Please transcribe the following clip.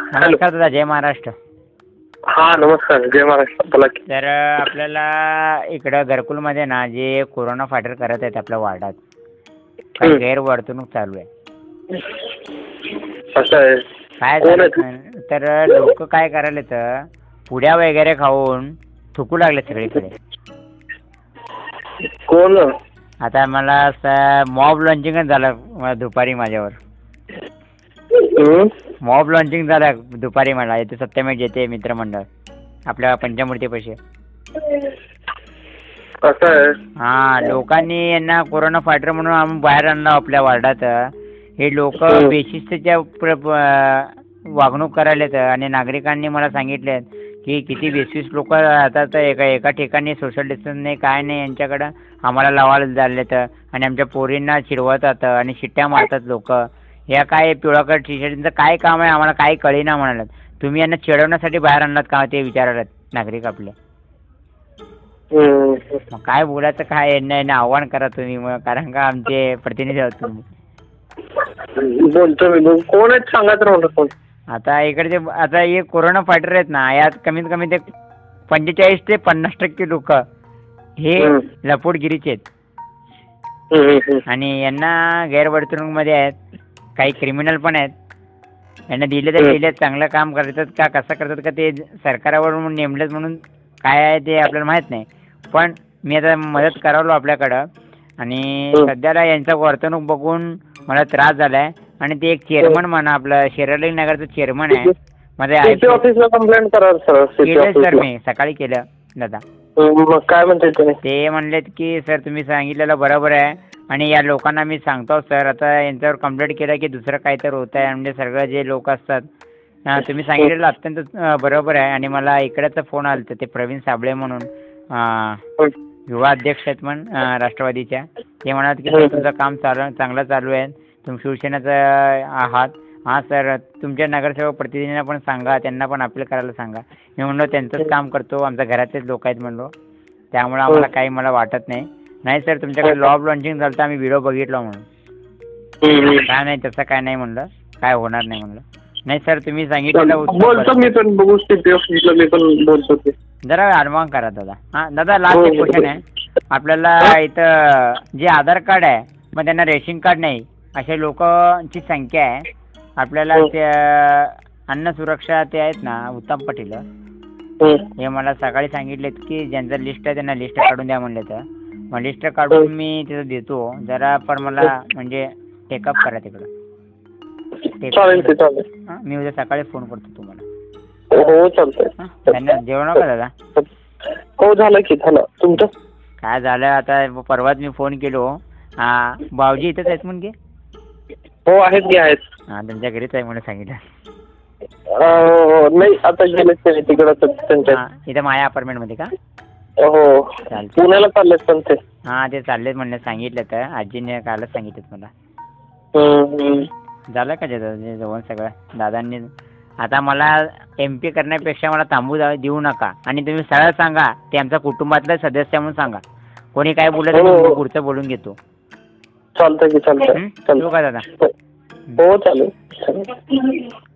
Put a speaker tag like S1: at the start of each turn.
S1: Hello
S2: नमस्कार दादा जय महाराष्ट्र
S1: हा नमस्कार जय महाराष्ट्र बोला की
S2: तर अं, आपल्याला इकडं घरकुलमध्ये ना जे कोरोना फायटर करत आहेत आपल्या वार्डात काही
S1: हम्म.
S2: गैरवर्तणूक चालू आहे
S1: असं आहे
S2: काय
S1: कोण
S2: झालं
S1: आहेत?
S2: ना, तर लोक काय करायले तर पुड्या वगैरे खाऊन थुकू लागले सगळीकडे
S1: कोण
S2: आता मला मॉब लॉन्चिंगच झालं अं, दुपारी माझ्यावर
S1: हम्म?
S2: मॉब लॉन्चिंग झालं दुपारी मला येथे सत्यमेश येते मित्रमंडळ आपल्या पंचमूर्तीपाशी
S1: असं आहे
S2: हा लोकांनी यांना कोरोना फायटर म्हणून आम्ही बाहेर आणलं आपल्या वार्डात हे लोक
S1: हम्म.
S2: बेशिस्तच्या प्र- प- वागणूक करायलेत आणि नागरिकांनी मला सांगितले की किती बेसिस लोक राहतात एका एका ठिकाणी सोशल डिस्टन्स नाही काय नाही यांच्याकडं आम्हाला लावायला झालेत आणि आमच्या पोरींना चिडवतात आणि शिट्ट्या मारतात लोक या काय पिवळाकड टी शर्टचं काय काम आहे आम्हाला काय कळेना म्हणालात तुम्ही यांना चिडवण्यासाठी बाहेर आणलात का ते विचारायलात नागरिक आपले
S1: हम्म.
S2: मग काय बोलायचं काय यांना यांना आव्हान करा तुम्ही मग कारण का आमचे प्रतिनिधी आहोत तुम्ही
S1: बोलतो मी बोल कोण आहेत सांगा तर मला कोण
S2: आता इकडे जे आता हे कोरोना फायटर आहेत ना यात कमीत कमी ते पंचेचाळीस ते पन्नास टक्के लोक हे
S1: हम्म.
S2: लपोटगिरीचे आहेत
S1: हम्म, हम्म.
S2: आणि यांना गैरवर्तणूकमध्ये आहेत काही क्रिमिनल पण आहेत यांना दिले तर
S1: हम्म.
S2: दिले चांगलं काम करतात का कसं करतात का ते सरकारावरून नेमलेत म्हणून काय आहे ते आपल्याला माहीत नाही पण मी आता मदत करावलो आपल्याकडं आणि
S1: हम्म.
S2: सध्याला यांचा वर्तणूक बघून मला त्रास झाला आहे आणि ते एक चेअरमन म्हणा आपलं शेराली नगरचं चेअरमन आहे माझ्या
S1: सिटी ऑफिसला कंप्लेंट करा सर सिटी
S2: केलं सर
S1: ऑफिसला
S2: मी सकाळी केलं दादा
S1: हम्म, मग काय म्हणते तुम्ही
S2: ते म्हणलेत की सर तुम्ही सांगितलेलं बरोबर आहे आणि या लोकांना मी सांगतो सर आता यांच्यावर कंप्लेंट केलं की दुसरं काय तर होत आहे म्हणजे सगळं जे लोक असतात अं, तुम्ही सांगितलेलं अत्यंत अं, बरोबर आहे आणि मला इकडेच फोन आला होता, ते प्रवीण साबळे म्हणून अं,
S1: हम्म.
S2: युवा अध्यक्ष आहेत म्हण अं, राष्ट्रवादीच्या ते म्हणात की सर तुमचं काम चालू चांगलं चालू आहे तुम्ही शिवसेनेचं आहात हां सर तुमच्या नगरसेवक प्रतिनिधींना पण सांगा त्यांना पण अपील करायला सांगा मी म्हणलो त्यांचंच काम करतो आमच्या घरातलेच लोक आहेत म्हणलो त्यामुळे आम्हाला
S1: हो.
S2: काही मला वाटत नाही नाही सर तुमच्याकडे लॉब लॉन्चिंग झालं तर आम्ही व्हिडिओ बघितला म्हणून
S1: हम्म.
S2: काय नाही तसं काय नाही म्हणलं काय होणार नाही म्हणलं नाही सर तुम्ही सांगितलेलं उत्तर
S1: बोलतो
S2: बरं.
S1: मी पण बघू सिटी ऑफिसला मी पण बोलतो ते
S2: जरा अडवान करा दादा हां दादा लास्ट
S1: हो,
S2: एक
S1: हो,
S2: क्वेश्चन
S1: हो.
S2: आहे आपल्याला इथं जे आधार कार्ड आहे मग त्यांना रेशन कार्ड नाही असे लोकांची संख्या आहे आपल्याला
S1: हो.
S2: त्या अन्न सुरक्षा ते आहेत ना उत्तम पाटील
S1: हम्म.
S2: हे मला सकाळी सांगितलेत की ज्यांचं लिस्ट आहे त्यांना लिस्ट काढून द्या म्हणले तर मग लिस्ट
S1: हो.
S2: काढून मी तिथं देतो जरा पण मला म्हणजे टेकअप करा तिकडं
S1: चालेल ते
S2: टेकअप
S1: चालेल
S2: मी उद्या सकाळी फोन करतो तुम्हाला
S1: हो चालतंय
S2: हां धन्यवाद जेवण का दादा
S1: हो झालं की झालं तुमचं
S2: काय झालं आता परवाच मी फोन केलो हा भाऊजी इथंच आहेत म्हणून की
S1: हो आहेत की आहेत
S2: हा त्यांच्या घरीच आहे म्हणून सांगितलं
S1: अं, नाही आता गेलेच नाही तिकडं तर त्यांच्या
S2: हा इथं माया अपार्टमेंटमध्ये का
S1: हो
S2: चालतंय.
S1: पुण्याला चाललेत पण ते
S2: हा ते चाललेत म्हणलं सांगितलं तर आजीने कालच सांगितलं मला
S1: हम्म, हम्म.
S2: झालं का त्याचं जेवण सगळं दादांनी आता मला एम पी करण्यापेक्षा मला तांबू दा- देऊ नका आणि तुम्ही सरळ सांगा ते आमच्या कुटुंबातलं सदस्य म्हणून सांगा कोणी काय बोललं तर
S1: हो, हो.
S2: मी पुढचं बोलून घेतो
S1: चालतंय की चालतंय
S2: हं? ठेवू का दादा
S1: चालतंय हो चालेल चालेल